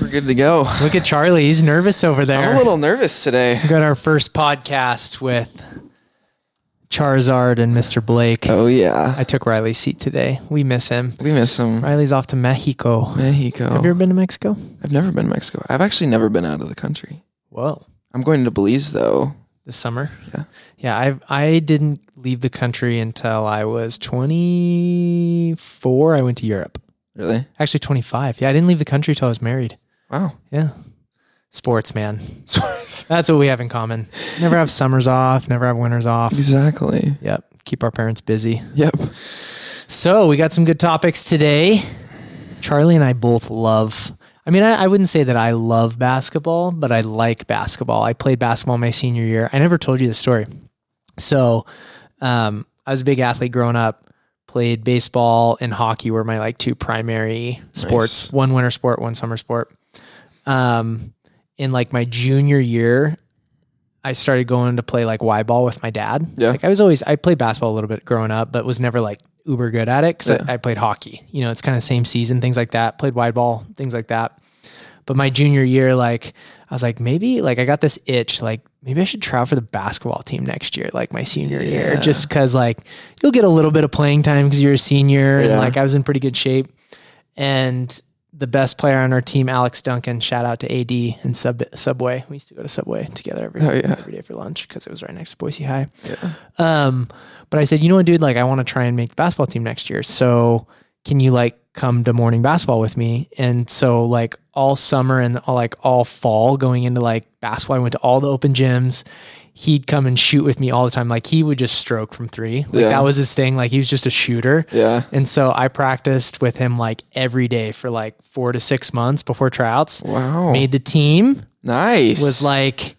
we're good to go. Look at Charlie. He's nervous over there. I'm a little nervous today. We got our first podcast with Charizard and Mr. Blake. Oh yeah, I took Riley's seat today. We miss him. we miss him. Riley's off to Mexico. Mexico. Have you ever been to Mexico? I've never been to Mexico. I've actually never been out of the country. Whoa. I'm going to Belize though. This summer? Yeah. Yeah, I I didn't leave the country until I was 24. I went to Europe. Really? Actually 25. Yeah, I didn't leave the country till I was married. Wow. Yeah. Sports, man. That's what we have in common. Never have summers off, never have winters off. exactly. Yep. Keep our parents busy. Yep. So we got some good topics today. Charlie and I both love. I mean, I, I wouldn't say that I love basketball, but I like basketball. I played basketball my senior year. I never told you the story. So um, I was a big athlete growing up. Played baseball and hockey were my like two primary sports. Nice. One winter sport, one summer sport. Um, in like my junior year, I started going to play like Y ball with my dad. Yeah. Like I was always, I played basketball a little bit growing up, but was never like uber good at it because Yeah. I, I played hockey. You know, it's kind of same season, things like that. Played wide ball, things like that. But my junior year, like I was like, maybe like I got this itch, like maybe I should try out for the basketball team next year, like my senior year, Yeah. just because like you'll get a little bit of playing time because you're a senior and Yeah. like I was in pretty good shape. And the best player on our team, Alex Duncan, shout out to AD and Sub Subway. We used to go to Subway together every, Oh, yeah. every day for lunch because it was right next to Boise High. Yeah. Um, but I said, you know what, dude, like I want to try and make the basketball team next year. So can you like come to morning basketball with me? And so like all summer and all like all fall going into like basketball, I went to all the open gyms. He'd come and shoot with me all the time. Like he would just stroke from three. Like Yeah. that was his thing. Like he was just a shooter. Yeah. And so I practiced with him like every day for like four to six months before tryouts. Wow. Made the team, Oh. nice. was like,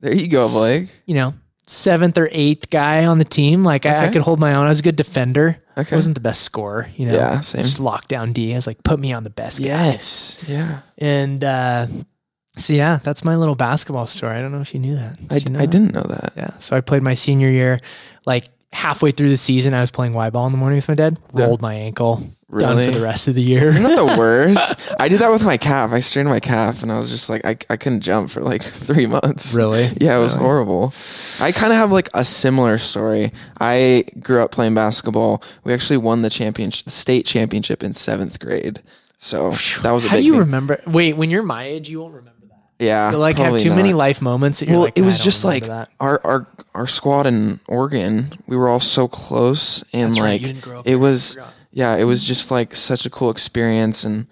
there you go, Blake. you know, seventh or eighth guy on the team. Like I, I Okay. could hold my own. I was a good defender. Okay. I wasn't the best scorer, you know. Yeah, same. Just lockdown D. I was like, put me on the best. guy. Yes. Yeah. And uh, so yeah, that's my little basketball story. I don't know if you knew that. Did I, you know I that? didn't know that. Yeah. So I played my senior year, like halfway through the season, I was playing Y ball in the morning with my dad. Yeah. Rolled my ankle. Done Really? for the rest of the year. Isn't that the worst? I did that with my calf. I strained my calf and I was just like, I, I couldn't jump for like three months. Really? Yeah, it was Really? horrible. I kind of have like a similar story. I grew up playing basketball. We actually won the championship, the state championship in seventh grade. So that was a How big do you thing. remember? Wait, when you're my age, you won't remember that. yeah. You'll like have probably too many not. life moments. That you're Well, like, it "Nah, I was don't just like remember that. our, our our squad in Oregon. We were all so close, and That's like right, you didn't grow up it here, I was, forgot. yeah, it was just like such a cool experience. And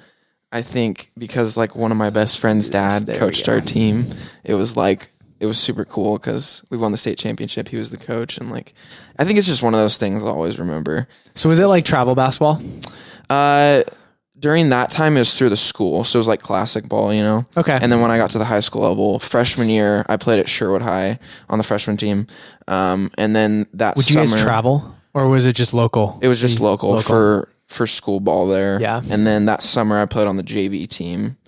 I think because like one of my best friend's dad there we coached our go. team, it was like it was super cool because we won the state championship. He was the coach, and like I think it's just one of those things I'll always remember. So was it like travel basketball? Uh, during that time, it was through the school, so it was like classic ball, you know. Okay. And then when I got to the high school level, freshman year, I played at Sherwood High on the freshman team. Um, and then that Would you summer, guys travel, or was it just local? It was just local, Local. for for school ball there. Yeah. And then that summer, I played on the JV team,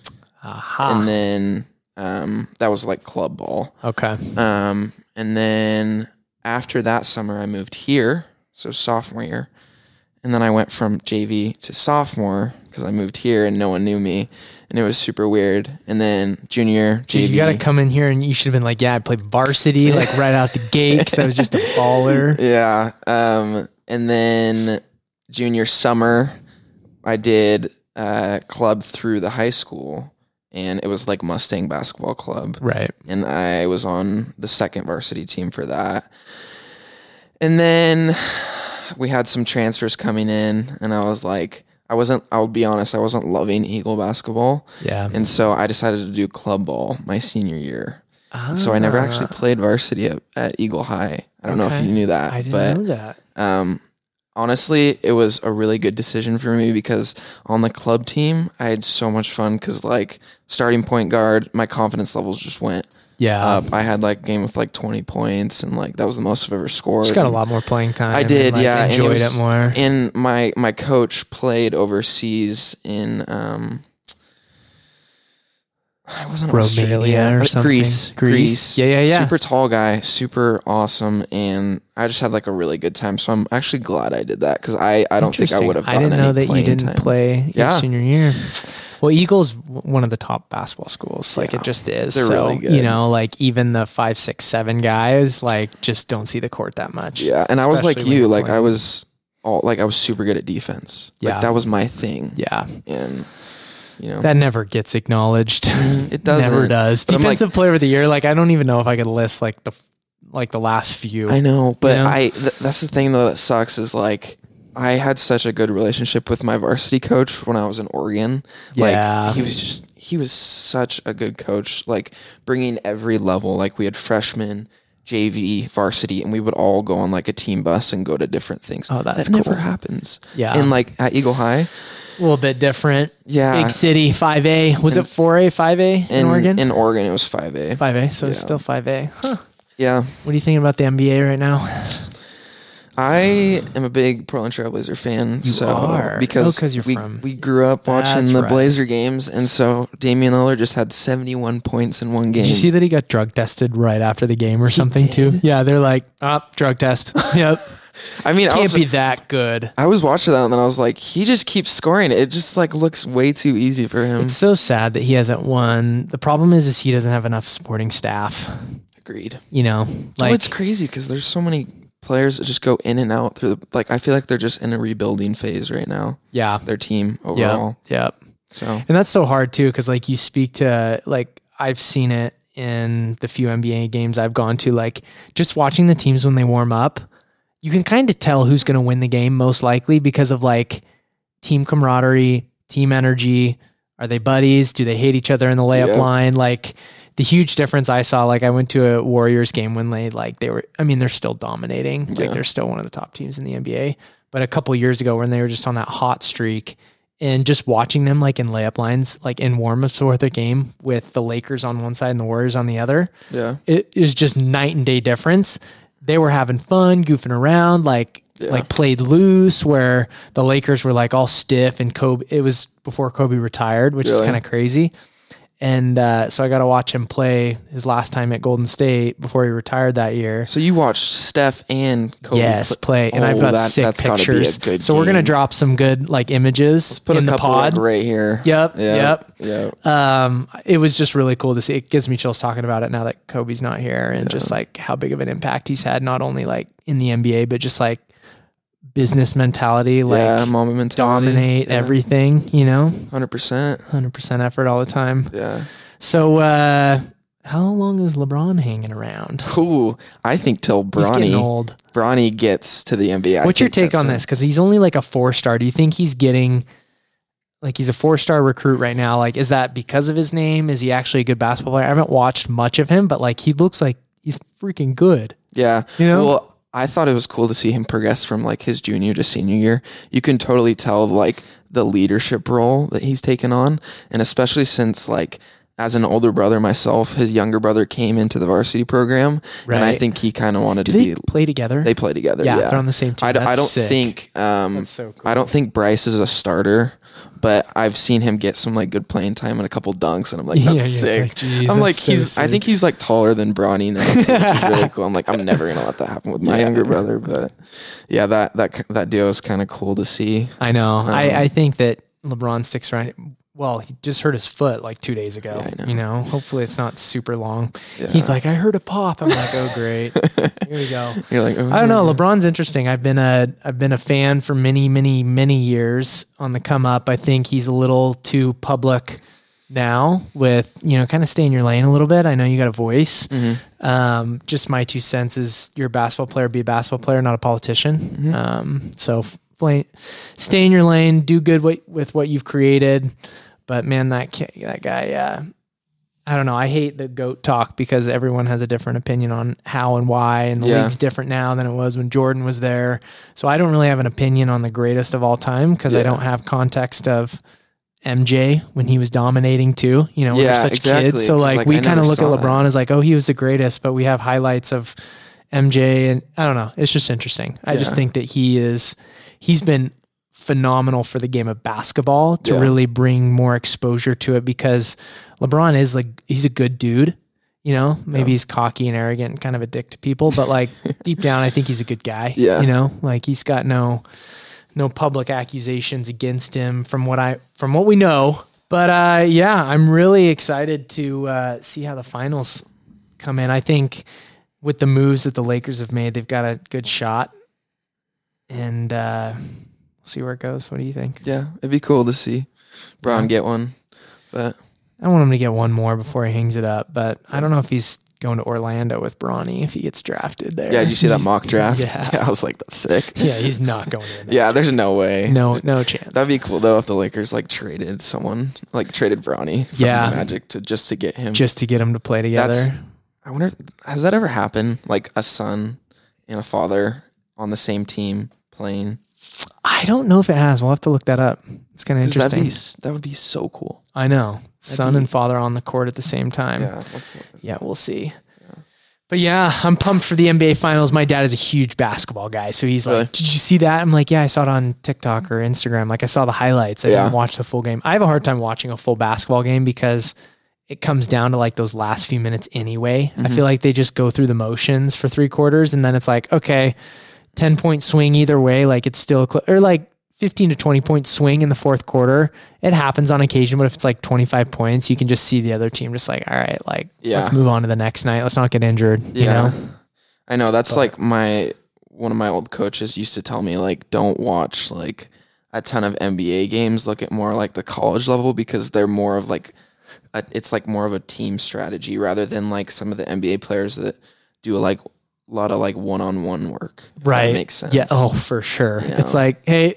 Aha. and then um, that was like club ball. okay. Um, and then after that summer, I moved here, so sophomore year, and then I went from JV to sophomore because I moved here and no one knew me, and it was super weird. And then junior Dude, JV, you got to come in here, and you should have been like, "Yeah, I played varsity, like right out the gate, because I was just a baller." yeah. Um, and then junior summer, I did uh, club through the high school, and it was like Mustang Basketball Club. Right. and I was on the second varsity team for that. And then we had some transfers coming in, and I was like, I wasn't, I'll be honest, I wasn't loving Eagle basketball. Yeah. And so I decided to do club ball my senior year. And so I Ah, never actually played varsity at, at Eagle High. I don't know if Okay. you knew that, I didn't but know that. um, honestly, it was a really good decision for me because on the club team, I had so much fun because, like, starting point guard, my confidence levels just went Yeah. up. I had like a game with like 20 points, and like that was the most I've ever scored. just got a lot more playing time. I and, did, like, yeah. and Enjoyed it, was- more. And my my coach played overseas in um. I wasn't Romania Australia or uh, something. Greece, Greece. Yeah, yeah, yeah. Super tall guy, super awesome, and I just had like a really good time. So I'm actually glad I did that because I I don't think I Interesting. would have. I didn't gotten know any that you playing didn't time. play your Yeah. senior year. Well, Eagles w- one of the top basketball schools. Like Yeah. it just is. They're so really good. you know, like even the five, six, seven guys like just don't see the court that much. Yeah, and I was like Especially when you, you're like I playing. was all like I was super good at defense. Yeah. Like that was my thing. Yeah, And you know, that never gets acknowledged. it Mm-hmm. doesn't. Never does. But I'm like- Defensive player of the year. Like I don't even know if I could list like the like the last few. I know, but You know? I th- that's the thing though that sucks is like I had such a good relationship with my varsity coach when I was in Oregon. Yeah. Like he was just he was such a good coach, like bringing every level. Like we had freshmen, JV, varsity, and we would all go on like a team bus and go to different things. Oh, that's that never cool. happens. Yeah. And like at Eagle High, a little bit different. yeah. Big city, five A. Was it four A, five A in, Oregon? In Oregon, it was 5A. Five A. So it's Yeah. still five A. Huh. Yeah. What are you thinking about the NBA right now? I am a big Portland Trailblazer fan. so are. because Oh, 'cause you're we, from- we grew up watching That's the right. Blazer games, and so Damian Lillard just had 71 points in one game. Did you see that he got drug tested right after the game or something too? Yeah, they're like, up drug test. Yep, I mean, I can't was, be that good. I was watching that, and then I was like, he just keeps scoring. It just like looks way too easy for him. It's so sad that he hasn't won. The problem is, is he doesn't have enough supporting staff. Agreed. You know, Like, like it's crazy because there's so many players that just go in and out through. The, like I feel like they're just in a rebuilding phase right now. yeah, Their team yeah, overall. yeah. So And that's so hard too, because like you speak to like I've seen it in the few NBA games I've gone to, like just watching the teams when they warm up, you can kind of tell who's going to win the game most likely because of like team camaraderie, team energy. Are they buddies? Do they hate each other in the layup Yeah. line? Like the huge difference I saw, like I went to a Warriors game when they like they were. I mean, they're still dominating. Like Yeah. they're still one of the top teams in the NBA. But a couple years ago, when they were just on that hot streak, and just watching them like in layup lines, like in warm-ups for their game with the Lakers on one side and the Warriors on the other, yeah. it is just night and day difference. They were having fun, goofing around, like Yeah. like played loose. Where the Lakers were like all stiff and Kobe. It was before Kobe retired, which is Really? kind of crazy. And uh, so I got to watch him play his last time at Golden State before he retired that year. So you watched Steph and Kobe yes, pl- play. And I've Oh, got that- sick that's gotta be a pictures. good so we're gonna game. drop some good like images Put in a the couple like, pod. right here. Yep, yep. Yep. um, it was just really cool to see. It gives me chills talking about it now that Kobe's not here and just like how big of an impact he's had, not only like in the NBA, but just like business mentality, like yeah, mama mentality. dominate everything, you know, Hundred percent. 100% effort all the time. Yeah. So, uh, how long is LeBron hanging around? Cool. I think till He's getting Bronny old. Bronny gets to the NBA. I What's your think take on that's this? Because he's only like a four star. Do you think he's getting like he's a four star recruit right now? Like, is that because of his name? Is he actually a good basketball player? I haven't watched much of him, but like he looks like he's freaking good. it. Yeah. You know? Well, I thought it was cool to see him progress from like his junior to senior year. You can totally tell like the leadership role that he's taken on, and especially since like as an older brother myself, his younger brother came into the varsity program, and I Right. think he kind of wanted Do to they be. play together? They play together. yeah, Yeah, they're on the same team. I, d- I That's don't sick. think um, That's so cool. I don't think Bryce is a starter, but I've seen him get some like good playing time and a couple dunks, and I'm like, that's Yeah, sick. yeah, it's like, geez, I'm that's like, so he's. I sick. think he's like taller than Bronny now, which is really cool. I'm like, I'm never gonna let that happen with my younger brother, but yeah, that that that duo is kind of cool to see. I know. Um, I, I think that LeBron sticks around. Well, he just hurt his foot like two days ago. Yeah, I know. You know, hopefully it's not super long. Yeah. He's like, I heard a pop. I'm like, oh great, here we go. You're like, oh, I don't know. LeBron's interesting. I've been a I've been a fan for many, many, many years on the come up. I think he's a little too public now with, you know, kind of stay in your lane a little bit. I know you got a voice. Um, just my two cents is you're a basketball player, be a basketball player, not a politician. Um, so play, stay in your lane, do good wi- with what you've created. But man, that ki- that guy, uh, I don't know. I hate the goat talk because everyone has a different opinion on how and why, and the Yeah. league's different now than it was when Jordan was there. So I don't really have an opinion on the greatest of all time because I Yeah. don't have context of MJ when he was dominating too. You know, we were Yeah, such exactly, kids. So 'cause, like, like, we I kind of never look at saw that. LeBron as like, oh, he was the greatest, but we have highlights of MJ and I don't know. It's just interesting. I just Yeah. think that he is he's been phenomenal for the game of basketball to Yeah. really bring more exposure to it because LeBron is like he's a good dude. You know, maybe he's cocky and arrogant and kind of a dick to people, but like deep down I think he's a good guy. Yeah. You know, like he's got no no public accusations against him from what I from what we know. But uh, yeah, I'm really excited to uh, see how the finals come in. I think with the moves that the Lakers have made, they've got a good shot, and uh, we'll see where it goes. What do you think? Yeah, it'd be cool to see Brown get one, but I want him to get one more before he hangs it up, but I don't know if he's going to Orlando with Bronny if he gets drafted there. yeah, did you see that mock draft? Yeah. I was like, that's sick. yeah, he's not going in. There. Yeah, there's no way. no, no chance. That'd be cool though if the Lakers like traded someone, like traded Bronny from Yeah. the Magic to just to get him. just to get them to play together. That's- I wonder has that ever happened? Like a son and a father on the same team playing. I don't know if it has. We'll have to look that up. It's kind of 'Cause That'd interesting. be s- that would be so cool. I know. Son be- and father on the court at the same time. Yeah. What's Yeah, we'll see. But yeah, I'm pumped for the NBA Finals. My dad is a huge basketball guy, so he's Really? like, "Did you see that?" I'm like, "Yeah, I saw it on TikTok or Instagram. Like, I saw the highlights. I Yeah. didn't watch the full game. I have a hard time watching a full basketball game because it comes down to like those last few minutes anyway. I feel like they just go through the motions for three quarters, and then it's like, okay, ten point swing either way. Like, it's still cl- or like. 15 to 20 point swing in the fourth quarter. It happens on occasion, but if it's like 25 points, you can just see the other team just like, all right, like, Yeah. let's move move on to the next night. Let's not get injured. You Yeah. know? I know that's like my one of my old coaches used to tell me like don't watch like a ton of NBA games. Look at more like the college level because they're more of like a, it's like more of a team strategy rather than like some of the NBA players that do like a lot of like one on one work. if that Right. makes sense. Yeah. Oh, for sure. It's know. like, hey,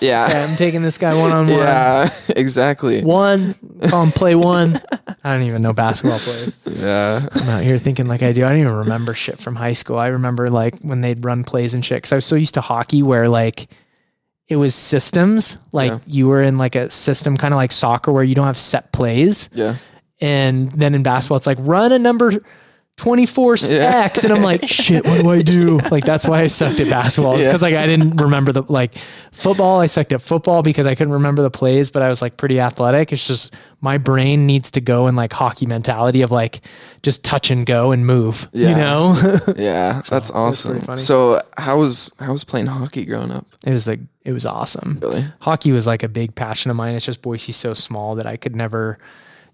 yeah, I'm taking this guy one on one. yeah, exactly. One, call him play one. I don't even know basketball players. Yeah, I'm out here thinking like I do. I don't even remember shit from high school. I remember like when they'd run plays and shit. Cause I was so used to hockey where like it was systems. Like Yeah. you were in like a system kind of like soccer where you don't have set plays. yeah. And then in basketball, it's like run a number 24 Yeah. X. And I'm like, shit, what do I do? Like, that's why I sucked at basketball. It's Yeah. because like I didn't remember the, like football. I sucked at football because I couldn't remember the plays, but I was like pretty athletic. It's just my brain needs to go in like hockey mentality of like just touch and go and move, you Yeah. know? Yeah, that's awesome. pretty funny. So how was how was playing hockey growing up? it was like, it was awesome. Really? hockey was like a big passion of mine. It's just Boise's so small that I could never,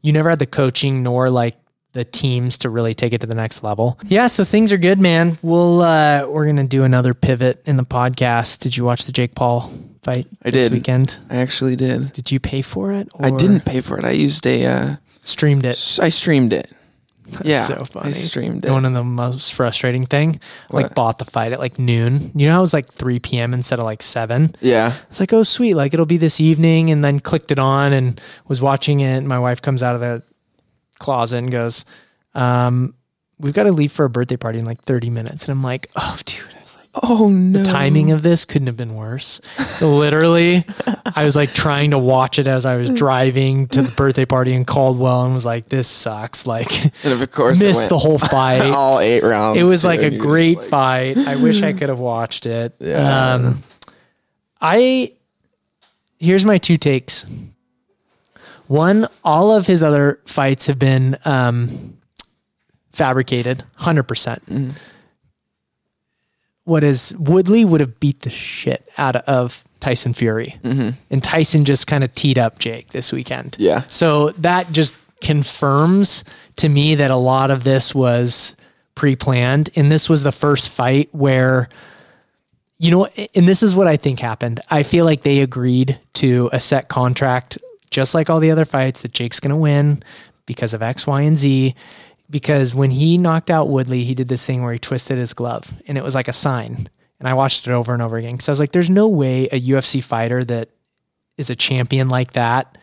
you never had the coaching nor like the teams to really take it to the next level. Yeah, so things are good, man. We'll uh, we're gonna do another pivot in the podcast. Did you watch the Jake Paul fight I this did. weekend? I actually did. Did you pay for it? I or didn't pay for it. I used a uh, streamed it. S- I streamed it. yeah, so funny. I streamed it. And One of the most frustrating thing, like bought the fight at like noon. You know, how it was like 3 p.m. instead of like 7. yeah, It's like, oh, sweet. Like, it'll be this evening. And then clicked it on and was watching it. And my wife comes out of the closet and goes, um, We've got to leave for a birthday party in like 30 minutes. And I'm like, oh, dude. I was like, Oh no! Timing of this couldn't have been worse. So literally, I was like trying to watch it as I was driving to the birthday party in Caldwell, and was like, "This sucks." Like, and of course, it missed went the whole fight. all eight rounds. It was too, like a and you're just great like- fight. I wish I could have watched it. Yeah. Um, I here's my two takes. One, all of his other fights have been um, fabricated, hundred percent. What is Woodley would have beat the shit out of Tyson Fury, and Tyson just kind of teed up Jake this weekend. Yeah. So that just confirms to me that a lot of this was pre-planned, and this was the first fight where you know, and this is what I think happened. I feel like they agreed to a set contract, just like all the other fights, that Jake's going to win because of X, Y, and Z. Because when he knocked out Woodley, he did this thing where he twisted his glove and it was like a sign. And I watched it over and over again because I was like, there's no way a UFC fighter that is a champion like that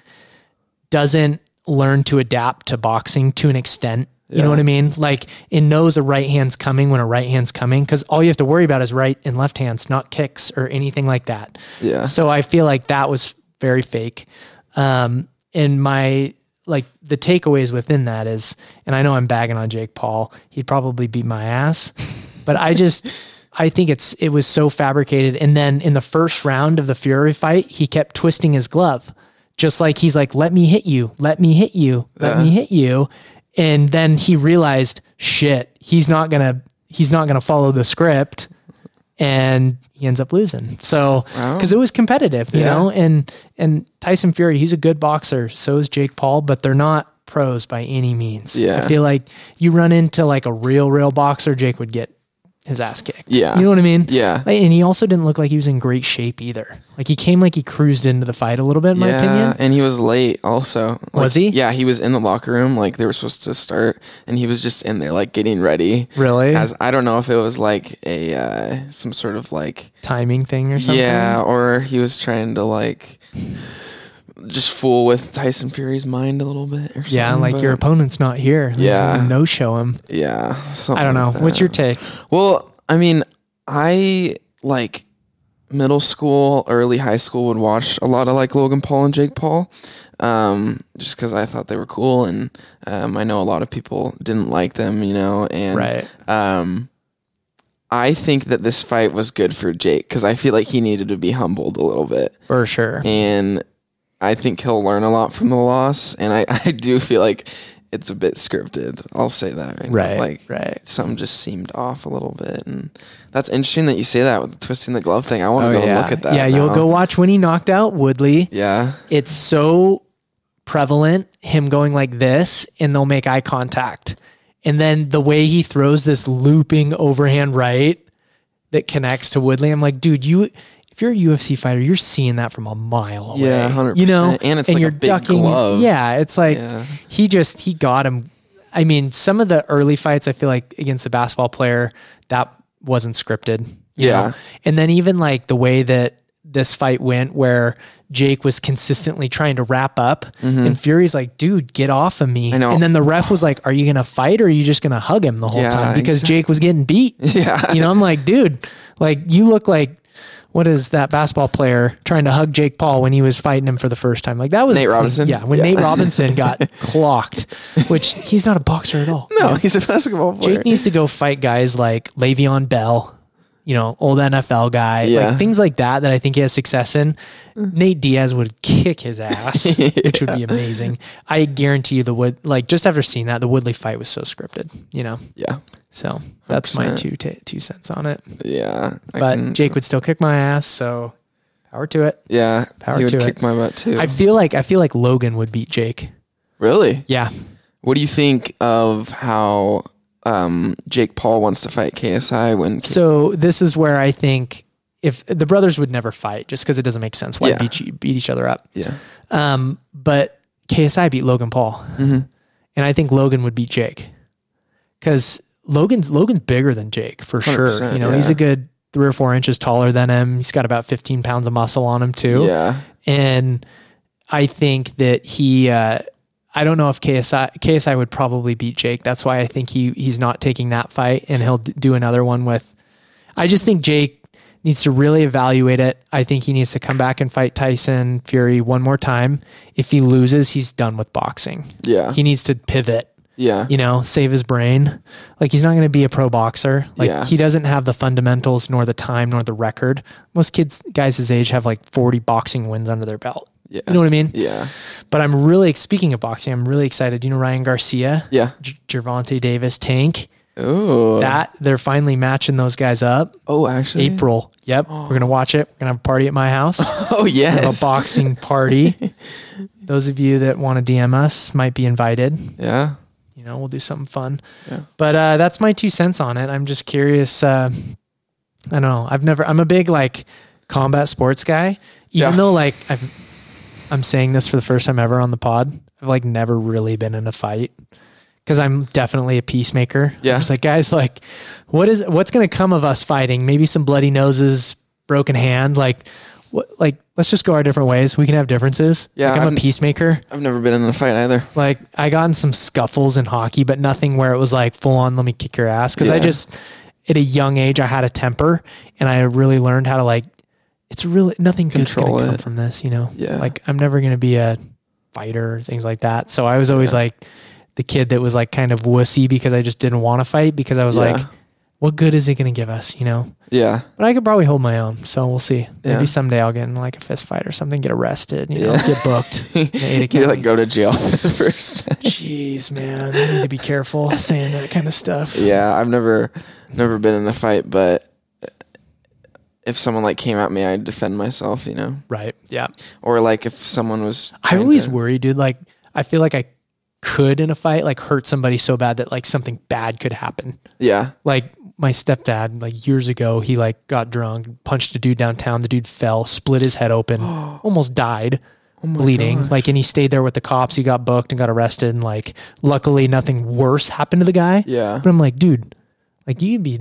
doesn't learn to adapt to boxing to an extent. You know what I mean? Like, it knows a right hand's coming when a right hand's coming because all you have to worry about is right and left hands, not kicks or anything like that. Yeah. So I feel like that was very fake. Um, and my like the takeaways within that is, and I know I'm bagging on Jake Paul. He'd probably beat my ass, but I just I think it's it was so fabricated. And then in the first round of the Fury fight, he kept twisting his glove, just like he's like, "Let me hit you, let me hit you, let me hit you," and then he realized, shit, he's not gonna he's not gonna follow the script and he ends up losing. So Wow. because it was competitive, you Yeah. know, and and Tyson Fury, he's a good boxer. So is Jake Paul, but they're not pros by any means. Yeah. I feel like you run into like a real, real boxer, Jake would get his ass kicked. Yeah. You know what I mean? Yeah. Like, And he also didn't look like he was in great shape either. Like he came like he cruised into the fight a little bit, in my yeah, opinion. and he was late also. Like, Was he? Yeah, he was in the locker room like they were supposed to start and he was just in there like getting ready. Really? As I don't know if it was like a uh, some sort of like Timing thing or something. yeah, or he was trying to like just fool with Tyson Fury's mind a little bit or something. Yeah, like but- your opponent's not here. Yeah. No show him. Yeah. I don't know. What's your take? Well, I mean, I like middle school, early high school would watch a lot of like Logan Paul and Jake Paul, um, just because I thought they were cool, and um, I know a lot of people didn't like them, you know, and Right. um, I think that this fight was good for Jake because I feel like he needed to be humbled a little bit, For sure. and I think he'll learn a lot from the loss, and I, I do feel like. It's a bit scripted. I'll say that right. now. Right. Like right. something just seemed off a little bit and that's interesting that you say that with the twisting the glove thing i want to go Oh, yeah. look at that Yeah, you'll now. go watch when he knocked out Woodley. yeah It's so prevalent, him going like this, and they'll make eye contact. And then the way he throws this looping overhand right that connects to Woodley, I'm like, dude, you if you're a UFC fighter, you're seeing that from a mile away. Yeah, 100%. You know, And it's like a big glove. Yeah, it's like Yeah. he just he got him. I mean, some of the early fights, I feel like against a basketball player, that wasn't scripted. you Yeah. know? And then even like the way that this fight went, where Jake was consistently trying to wrap up, and Fury's like, "Dude, get off of me!" Mm-hmm. I know. And then the ref was like, "Are you gonna fight or are you just gonna hug him the whole Yeah, time?" Because Jake was getting beat. Yeah. You know, I'm like, dude, like you look like. What is that basketball player trying to hug Jake Paul when he was fighting him for the first time? Like that was Nate Robinson? Yeah, when Yeah. Nate Robinson got clocked, which he's not a boxer at all. no he's a basketball player Jake needs to go fight guys like Le'Veon Bell, you know, old NFL guy, Yeah. like things like that that I think he has success in. Nate Diaz would kick his ass, which would be amazing. I guarantee you the wood like just after seeing that, the Woodley fight was so scripted, you know. yeah So that's my 100%. two ta two cents on it. yeah I But can- Jake would still kick my ass, so power to it. yeah Power he would to kick it. my butt too I feel like I feel like Logan would beat Jake. really Yeah. what do you think of how um jake paul wants to fight ksi when So this is where I think if the brothers would never fight just because it doesn't make sense why Yeah. beat, you- beat each other up. yeah Um, but KSI beat Logan Paul, Mm-hmm. and I think Logan would beat Jake because Logan's Logan's bigger than Jake for sure. 100%, You know, he's yeah. a good three or four inches taller than him. He's got about fifteen pounds of muscle on him too, yeah and I think that he. Uh, I don't know if KSI KSI would probably beat Jake. That's why I think he he's not taking that fight, and he'll d- do another one with. I just think Jake needs to really evaluate it. I think he needs to come back and fight Tyson Fury one more time. If he loses, he's done with boxing. yeah He needs to pivot. yeah You know, save his brain. Like he's not going to be a pro boxer. Like Yeah. he doesn't have the fundamentals, nor the time, nor the record. Most kids, guys his age, have like forty boxing wins under their belt. Yeah. You know what I mean? yeah But I'm really speaking of boxing. I'm really excited. You know Ryan Garcia, yeah J- Gervonta Davis, Tank. oh That they're finally matching those guys up. oh actually April. Yep, we're gonna watch it. We're gonna have a party at my house. oh have a yes boxing party. Those of you that want to DM us might be invited. yeah You know, we'll do something fun. Yeah. But uh, that's my two cents on it. I'm just curious. Uh, I don't know. I've never. I'm a big like combat sports guy. Even Yeah. though like I've, I'm saying this for the first time ever on the pod. I've like never really been in a fight because I'm definitely a peacemaker. Yeah. I'm just like guys, like what is what's gonna come of us fighting? Maybe some bloody noses, broken hand, like. What, like let's just go our different ways. We can have differences. Yeah, like, I'm I'm- a peacemaker. i've never been in a fight either Like I got in some scuffles in hockey, but nothing where it was like full on. Let me kick your ass because I Yeah. just at a young age I had a temper and I really learned how to like. It's really nothing good's Control gonna come it. from this, you know. Yeah. Like I'm never gonna be a fighter, things like that. So I was always like the kid that was like kind of wussy because I just didn't want to fight because I was Yeah. like, what good is it gonna give us, you know? yeah But I could probably hold my own, so we'll see. Maybe Yeah. someday I'll get in like a fist fight or something, get arrested, you know, Yeah. get booked. in the Ada you County. like go to jail for the first time Jeez, man, I need to be careful saying that kind of stuff. Yeah, I've never never been in a fight, but if someone like came at me, I'd defend myself, you know, Right. Yeah. or like if someone was. I trying always to- worry, dude. Like, I feel like I could in a fight, like, hurt somebody so bad that, like, something bad could happen. yeah, Like, my stepdad, like, years ago, he, like, got drunk, punched a dude downtown. The dude fell, split his head open, almost died. bleeding like and he stayed there with the cops he got booked and got arrested and like luckily nothing worse happened to the guy yeah, but i'm like dude like you'd be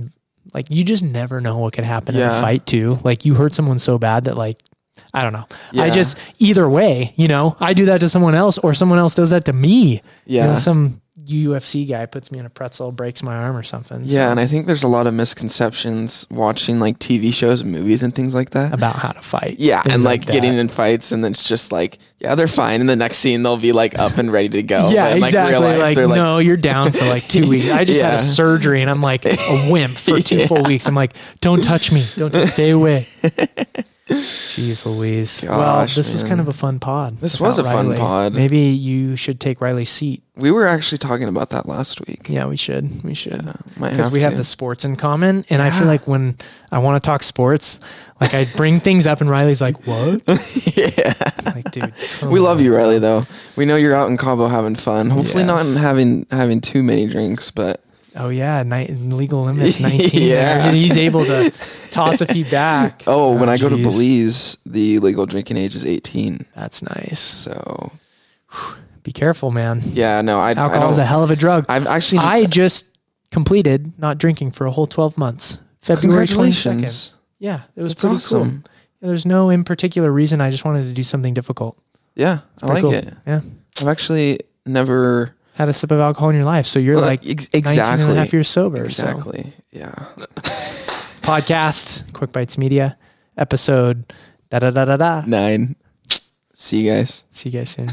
like you just never know what could happen in a Yeah. fight too like you hurt someone so bad that like i don't know i Yeah. just either way you know i do that to someone else or someone else does that to me you know yeah, some ufc guy puts me in a pretzel breaks my arm or something so- yeah. And I think there's a lot of misconceptions watching like TV shows and movies and things like that. about how to fight Yeah, things and like, that. getting in fights, and it's just like, yeah, they're fine. And the next scene, they'll be like up Oh, and ready to go. yeah, But in, like, real exactly. life, like, they're like, no, you're down for like two weeks. I just had Yeah. a surgery and I'm like a wimp for two full weeks. I'm like, don't touch me. Don't touch, stay away. Jeez Louise. well, Gosh, this was kind man. of a fun pod. This without was a fun Riley. pod. Maybe you should take Riley's seat. we were actually talking about that last week. Yeah, we should. We should. Might Because we to. have the sports in common, and I feel like when I want to talk sports, like I bring things up, and Riley's like, "What?" yeah, like, dude, We love you, Riley. Though we know you're out in Cabo having fun. Hopefully, Yes. not having having too many drinks, but Oh yeah, ni- legal limits nineteen. Yeah. there. he's able to toss a few back. oh, when I go to geez. Belize, the legal drinking age is 18. that's nice. So Be careful, man. yeah, no, I, I Alcohol is a don't. hell of a drug. I've actually I just completed not drinking for a whole twelve months. February twenty second. congratulations. Yeah, it was That's pretty awesome. cool. Yeah, There's no in particular reason. I just wanted to do something difficult. Yeah, I Pretty like cool. it. Yeah, I've actually never had a sip of alcohol in your life, so you're like. ex- 19 and a half years sober. So. e, Exactly. Yeah. Podcast, Quick Bites Media, episode da da da da da. Mm. Nine. See you guys. See you guys soon.